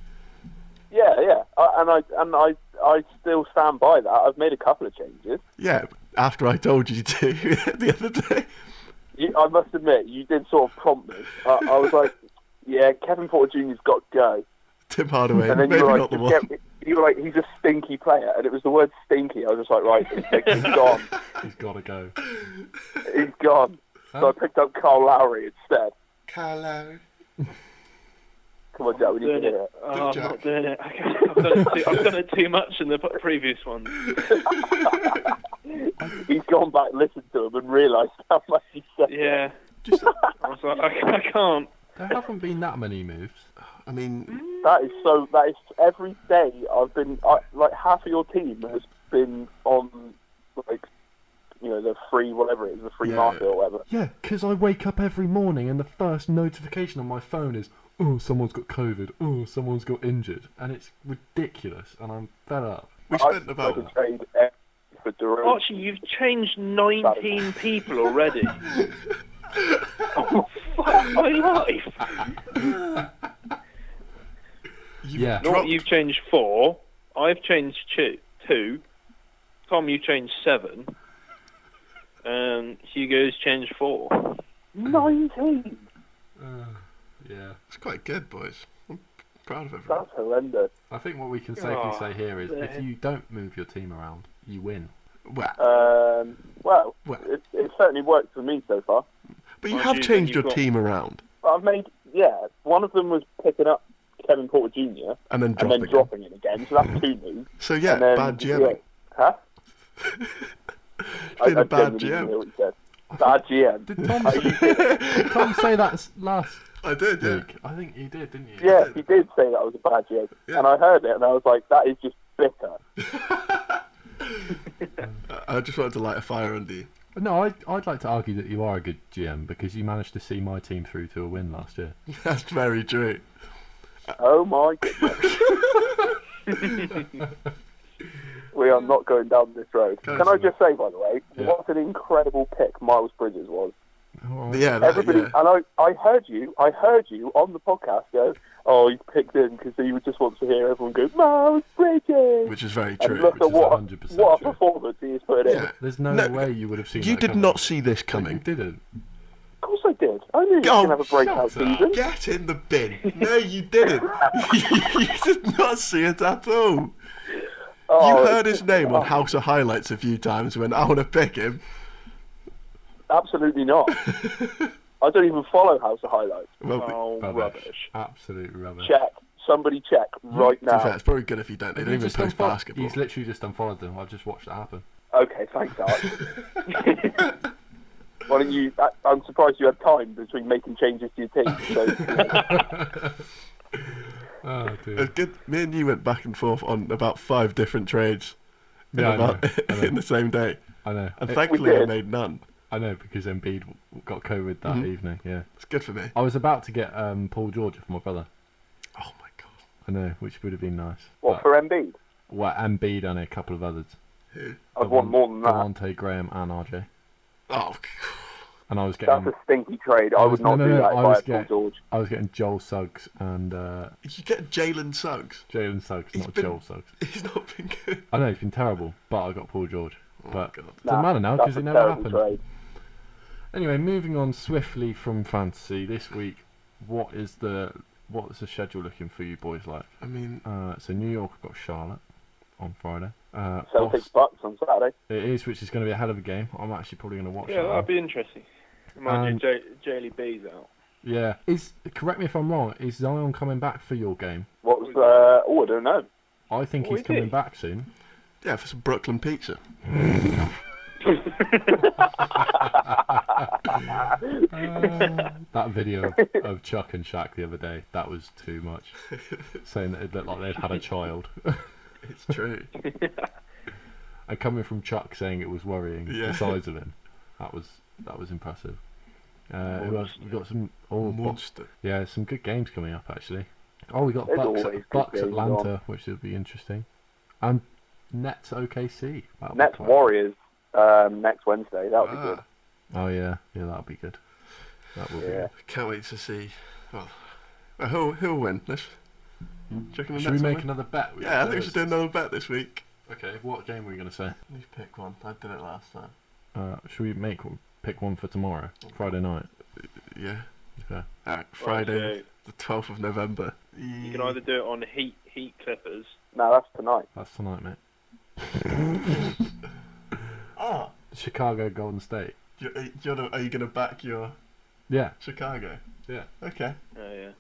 D: Yeah, yeah. I, and I and I I still stand by that. I've made a couple of changes.
C: Yeah, after I told you to the other day.
D: You, I must admit, you did sort of prompt me. I, I was like, "Yeah, Kevin Porter Jr.'s got to go,"
C: Tim Hardaway,
D: and then
C: maybe
D: you were
C: not
D: like,
C: the
D: "Just
C: one.
D: get- "You were like, he's a stinky player," and it was the word "stinky." I was just like, "Right, he's gone.
B: He's got to go.
D: He's gone." So I picked up Carl Lowry instead.
C: Carlo.
D: Come on, Jack, we need to hear it.
E: Oh, I'm
C: Jack.
E: not doing it. I can't- I've done it, too, I've done it too much in the p- previous ones.
D: He's gone back, listened to him, and realised how much he said.
E: Yeah.
C: Just
E: I was like, I, I can't.
B: There haven't been that many moves.
C: I mean,
D: That is so. That is every day. I've been I, like half of your team has been on like you know the free whatever it is the free
C: Yeah.
D: market or whatever.
B: Yeah, because I wake up every morning and the first notification on my phone is, oh, someone's got COVID, oh, someone's got injured. And it's ridiculous, and I'm fed up.
C: we spent about
D: I trade every- for Durant.
E: Archie, you've changed 19 people already. oh, fuck my life.
C: you've
B: Yeah.
E: Not
C: dropped-
E: you've changed four. I've changed two. two. Tom, you changed seven. Um, Hugo's changed four.
D: Nineteen.
B: Yeah.
C: It's quite good, boys. I'm proud of everyone.
D: That's horrendous.
B: I think what we can safely
E: Oh,
B: say here is
E: there.
B: if you don't move your team around, you win.
C: Wow.
D: Um, well,
C: Well.
D: it, it certainly worked for me so far.
C: But you
E: Well,
C: have
E: you-
C: changed your
E: you've got-
C: team around
D: I've made yeah. One of them was picking up Kevin Porter Jr.
C: and then
D: and
C: dropping.
D: then
C: it.
D: dropping it again. So that's two moves.
C: So yeah,
D: and then,
C: bad
D: yeah.
C: GMing.
D: Huh?
C: Been a bad
D: genuinely didn't
C: GM.
D: hear what you said. Bad GM. Uh,
B: Did Tom, say, did Tom say that s- last
C: I did, yeah.
B: week? I think he did, didn't you?
D: Yeah, he did say that was a bad joke,
C: Yeah.
D: and I heard it, and I was like, "That is just bitter."
C: I I just wanted to light a fire under you.
B: But No, I'd, I'd like to argue that you are a good GM because you managed to see my team through to a win last year.
C: That's very true.
D: Oh my goodness, we are not going down this road.
C: Go
D: Can I
C: on.
D: just say, by the way,
B: Yeah.
D: what an incredible pick Miles Bridges was.
C: Yeah, that,
D: Everybody,
C: yeah.
D: and I, I heard you, I heard you on the podcast go, "Oh, he picked him because he just wants to hear everyone go Miles Bridges."
C: which is very
D: and
C: true.
D: look
B: which
D: at
B: is
D: what,
B: 100%
D: what a
B: true.
D: performance he is putting in.
C: yeah.
D: Of
B: There's no,
C: No,
B: way you would have seen
C: You
B: that
C: did
B: coming.
C: not see this
B: You
C: coming.
B: didn't.
D: course I did. I knew he was
C: Oh,
D: going to have a breakout
B: shut up.
D: season.
C: Get in the bin. No, you didn't. you did not see it at all. You
D: Oh,
C: heard his name on House of Highlights a few times when I want to pick him.
D: Absolutely not. I don't even follow House of Highlights.
C: Well,
E: Oh,
B: Rubbish.
E: rubbish.
B: Absolute rubbish.
D: Check. Somebody check right
C: to be fair,
D: now.
C: it's probably good if you don't. They don't
B: He
C: even
B: just
C: post
B: unfollowed-
C: basketball.
B: He's literally just unfollowed them. I've just watched that happen.
D: Okay, thanks, Art. Why don't you? I, I'm surprised you had time between making changes to your team. So,
B: Oh,
C: It's
B: dear.
C: good. Me and you went back and forth on about five different trades in,
B: Yeah, I know,
C: about,
B: I know.
C: in the same day,
B: I know.
C: and
B: It-
C: thankfully I
D: did.
C: made none.
B: I know because Embiid w- got COVID that
C: Mm-hmm.
B: evening. Yeah.
C: It's good for me.
B: I was about to get um, Paul George for my brother.
C: Oh my god.
B: I know, which would have been nice.
D: what
B: But-
D: for Embiid?
B: well, Embiid and a couple of others.
D: I'd want more than that.
B: Devontae Graham and RJ.
C: Oh,
B: And I was
D: That's
B: getting,
D: a stinky trade. I
B: I was-
D: would not
B: no, no,
D: do
B: no,
D: that if
B: I
D: I
B: was
D: had Paul
B: gay.
D: George.
B: I was getting Joel Suggs and uh,
C: you get Jalen Suggs.
B: Jalen Suggs,
C: He's
B: not
C: been-
B: Joel Suggs.
C: He's not been good.
B: I know it's been terrible, but I got Paul George. But
C: Oh, God.
B: doesn't matter now
D: that's
B: because
D: a
B: it never
D: terrible
B: happened.
D: Trade.
B: Anyway, moving on swiftly from fantasy this week. What is the what's the schedule looking for you boys like?
C: I mean,
B: Uh, so New York have got Charlotte on Friday. Uh, Bos-
D: Celtics Bucks on Saturday.
B: it is, which is going to be a hell of a game. I'm actually probably going to watch
E: Yeah,
B: that.
E: that'd be interesting.
B: Um,
E: Mind you, J- Jaylee B's out.
B: yeah. Is correct me if I'm wrong. Is Zion coming back for your game?
D: What was? Uh, oh, I don't know.
B: I think
E: Oh,
B: he's
E: is
B: coming
E: he?
B: back soon.
C: yeah, for some Brooklyn pizza.
B: That video of, of Chuck and Shaq the other day, that was too much. Saying that it looked like they'd had a child.
C: It's true.
B: and coming from Chuck saying it was worrying
C: Yeah.
B: the size of him. That was that was impressive. Uh, who else? We've got some oh, bo-
C: Monster.
B: yeah, some good games coming up actually. Oh we got
D: There's
B: Bucks,
D: always good
B: Bucks
D: games
B: Atlanta, which will be interesting. And Nets OKC. That'll be
D: Next
B: quite-
D: Warriors um, next Wednesday. That would be good.
C: Ah,
B: Oh yeah, yeah, that'll be good. That will
D: Yeah.
C: can't wait to see. Well, well, who who'll win? Let's. Should
B: be good. Should we make another bet? We
C: Yeah, I
B: got
C: think we should do
B: those.
C: another bet this week.
B: Okay, what game were we gonna say?
C: Let me pick one. I did it last time.
B: Uh, should we make pick one for tomorrow, Friday night?
C: Yeah.
B: Okay.
C: All right, Friday,
E: Okay.
C: the 12th of November.
E: You can either do it on Heat Heat Clippers.
D: No, that's tonight.
B: That's tonight, mate.
C: Ah,
B: Chicago Golden State.
C: you're, you're the, are you going to back your
B: Yeah,
C: Chicago?
B: yeah.
C: Okay.
E: Oh yeah.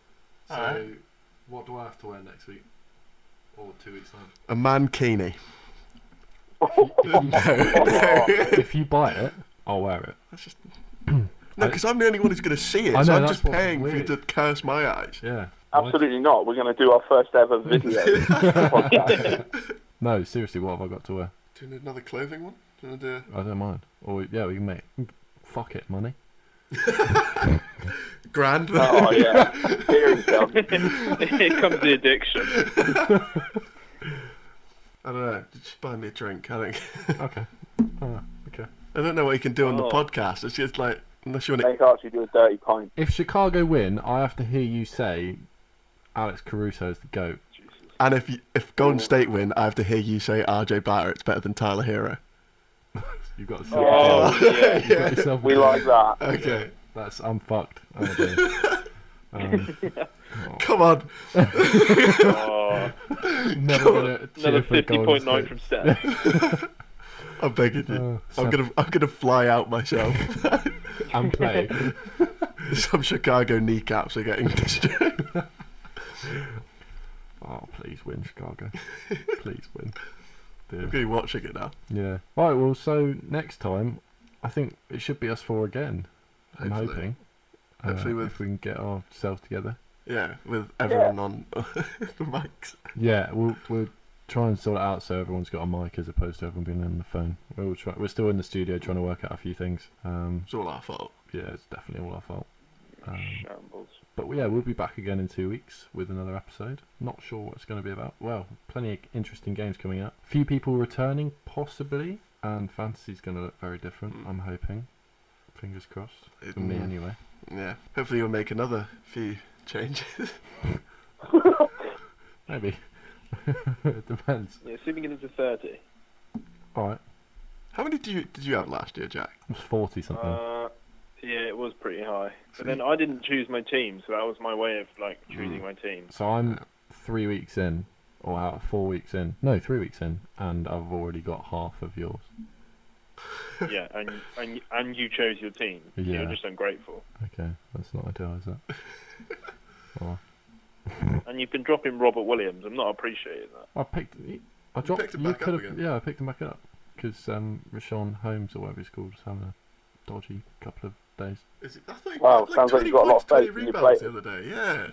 B: So,
C: Alright.
B: what do I have to wear next week? Or two weeks time?
C: A mankini. no, no.
B: if you buy it, I'll wear it.
C: That's just. No, because I'm the only one who's going to see it,
B: I
C: so
B: know,
C: I'm
B: that's
C: just
B: what's
C: paying for you
B: weird.
C: to curse my eyes.
B: Yeah.
D: Absolutely not. We're going to do our first ever video podcast.
B: No, seriously, what have I got to wear?
C: Do you need another clothing one? Do you want to
B: I don't mind. Or yeah, we can make. Fuck it, money.
C: do grand?
D: oh yeah, here we go.
E: Here comes the addiction.
C: I don't know. Just buy me a drink. I think.
B: Okay. Ah, okay.
C: I don't know what you can do on the
E: Oh.
C: podcast. It's just like unless you want to.
D: Make Archie do a dirty pint.
B: If Chicago win, I have to hear you say Alex Caruso is the goat.
C: And if you, if Golden State win, I have to hear you say R.J. Barrett's better than Tyler Hero.
B: You've got to say
E: Oh yeah.
B: You've got yourself-
D: We like that.
C: Okay,
B: That's I'm fucked. I'm a dude. um,
C: come on.
E: Oh,
B: never gonna
E: another
B: cheer for
E: fifty point
B: Golden
E: nine
B: State.
E: from Steph.
C: I'm begging
B: Uh,
C: you. I'm
B: Sam.
C: gonna I'm gonna fly out myself.
B: And play.
C: Some Chicago kneecaps are getting destroyed.
B: Oh, please win, Chicago. Please win.
C: I'm
B: Dear.
C: gonna be watching it now.
B: Yeah. Right. Well, so next time, I think it should be us four again. I'm
C: Hopefully.
B: hoping. Uh,
C: Hopefully with-
B: if we can get ourselves together.
C: Yeah, with everyone on the mics.
B: Yeah, we'll we'll try and sort it out so everyone's got a mic as opposed to everyone being on the phone. We'll try. We're still in the studio trying to work out a few things. Um,
C: It's all our fault.
B: yeah, it's definitely all our fault. Um,
E: Shambles.
B: But yeah, we'll be back again in two weeks with another episode. Not sure what it's going to be about. Well, plenty of interesting games coming up. Few people returning, possibly, and fantasy's going to look very different. I'm hoping. Fingers crossed. For me,
C: Mm.
B: anyway.
C: Yeah. Hopefully you'll make another few changes.
B: Maybe. it depends.
E: Yeah, see if we can get it to thirty.
B: All right.
C: How many do you did you have last year, Jack?
B: It was forty something.
E: Uh, yeah, it was pretty high. But then I didn't choose my team, so that was my way of like choosing
B: Mm.
E: my team.
B: So I'm three weeks in, or out four weeks in. No, three weeks in, and I've already got half of yours.
E: Yeah, and and and you chose your team.
B: Yeah.
E: You're just ungrateful.
B: Okay, that's not ideal, is it? oh,
E: And you've been dropping Robert Williams. I'm not appreciating that.
B: I picked. I dropped.
C: picked him
B: you
C: back up
B: could
C: again.
B: have. Yeah, I picked him back up because um, Rashawn Holmes or whatever he's called was having a dodgy couple of days.
C: Is it, I thought he
D: Wow,
C: had,
D: sounds like
C: 20
D: you've got a lot of
C: points, 20
D: faith in your
C: rebounds
D: play.
C: the other day. Yeah.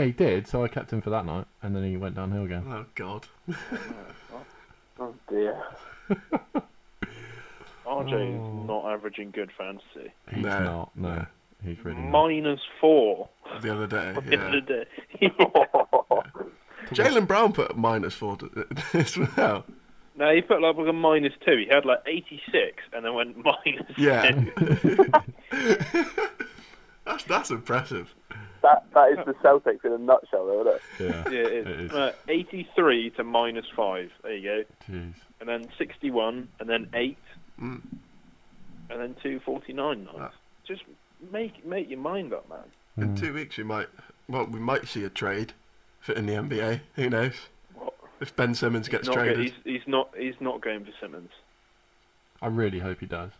B: Yeah, he did. So I kept him for that night, and then he went downhill again.
C: Oh God.
D: Oh dear.
E: RJ
B: Oh.
E: is not averaging good fantasy.
B: He's
C: No,
B: not. No,
C: no.
B: he's really not.
E: Minus four.
C: The other day.
E: at the end
C: Yeah.
E: of the day.
C: Jalen Brown put minus four to- as well.
E: no, he put like, like a minus two. He had like 86 and then went minus
C: Yeah.
E: two.
C: That's that's impressive.
D: That that is the Celtics in a nutshell, though, isn't it?
B: Yeah.
E: Yeah, it is.
B: It is.
E: Uh, 83 to minus five. There you go.
B: Jeez.
E: And then 61, and then eight,
C: Mm.
E: and then 249 nice.
C: Ah.
E: Just make make your mind up, man.
D: Hmm.
C: In two weeks, we might well we might see a trade fit in the NBA. Who knows?
E: What?
C: If Ben Simmons gets
E: Not go-
C: traded,
E: he's, he's not he's not going for Simmons.
B: I really hope he does.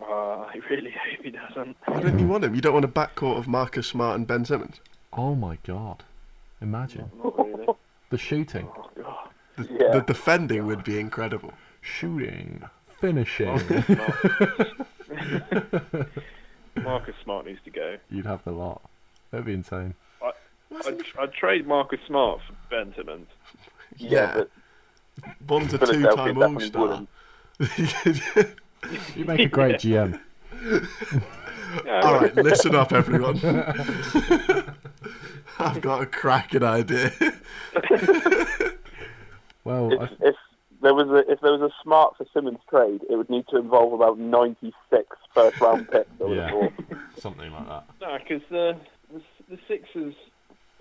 E: Uh, I really hope he doesn't.
C: why don't you want him? You don't want a backcourt of Marcus Smart and Ben Simmons.
B: Oh my god! Imagine
E: Not really.
B: the shooting,
E: Oh, God.
C: The,
D: Yeah.
C: the defending would be incredible.
B: shooting, finishing.
C: Oh.
E: Marcus Smart. Marcus Smart needs to go.
B: You'd have the lot. That'd be insane.
E: I'd, I'd trade Marcus Smart for Ben Simmons.
C: Yeah.
D: but
C: One's a
D: Philadelphia
C: two-time All
D: definitely
C: Star.
D: wouldn't.
B: You'd make a great GM.
E: Yeah,
C: All right, listen up, everyone. I've got a cracking idea.
B: Well,
D: If,
B: I,
D: if there was a if there was a smart for Simmons trade, it would need to involve about 96 first round picks. I would have
B: Yeah.
D: thought.
B: something like that.
E: No, because the, the the Sixers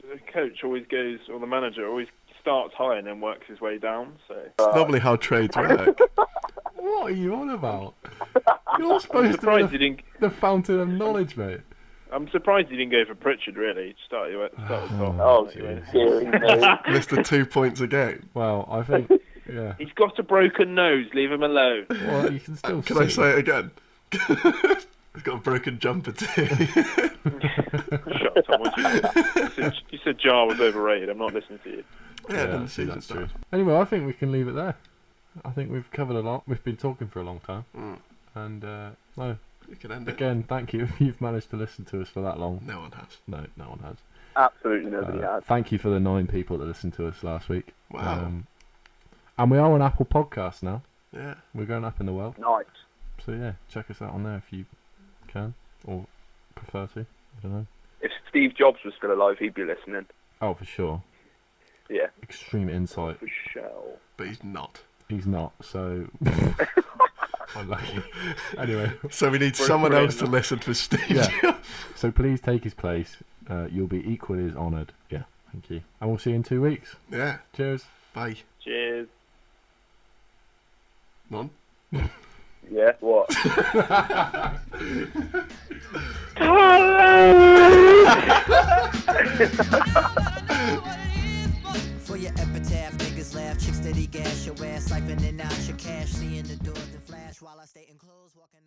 E: the coach always goes, or the manager always starts high and then works his way down. So
C: It's normally how trades work.
B: What are you on about? You're
E: I'm
B: supposed to be
E: surprised
B: the,
E: he didn't.
B: the fountain of knowledge, mate.
E: I'm surprised he didn't go for Pritchard. Really, start you at start at the top.
D: Oh
B: Jeez.
D: dear me.
C: List the two points a game.
B: Well, I think, yeah.
E: He's got a broken nose. Leave him alone.
B: Well, you can still
C: Can I
B: see.
C: say it again? He's got a broken jumper too.
E: Shut up, Tom, would you? You said, you said Jar was overrated. I'm not listening to you.
C: Yeah, then the
B: see,
C: season
B: that's true.
C: starts.
B: Anyway, I think we can leave it
C: Mm.
B: there. I think we've covered a lot. We've been talking for a long time, and uh, no,
C: You can end it.
B: Again, thank you if you've managed to listen to us for that long.
C: No one has.
B: No, no one has.
D: Absolutely nobody
B: Uh,
D: has.
B: thank you for the nine people that listened to us last week.
C: Wow.
B: Um, and we are on Apple Podcasts now.
C: Yeah.
B: We're going up in the world.
D: Nice.
B: So yeah, check us out on there if you can or prefer to. I don't know.
D: If Steve Jobs was still alive, he'd be listening.
B: Oh, for sure.
D: Yeah.
B: Extreme insight.
D: For sure.
C: But he's not.
B: He's not, so unlucky. anyway,
C: So we need
E: We're-
C: someone
E: we're
C: else to
E: in.
C: listen to Steve.
B: Yeah. so please take his place. Uh, you'll be equally as honoured. Yeah, thank you. And we'll see you in two weeks.
C: yeah.
B: Cheers.
C: Bye.
E: Cheers.
C: None.
D: Yeah, what?
F: For your epitaph, niggas laugh, chicks steady gas your ass, siphoning out your cash, seeing the doors and flash while I stay enclosed, walking.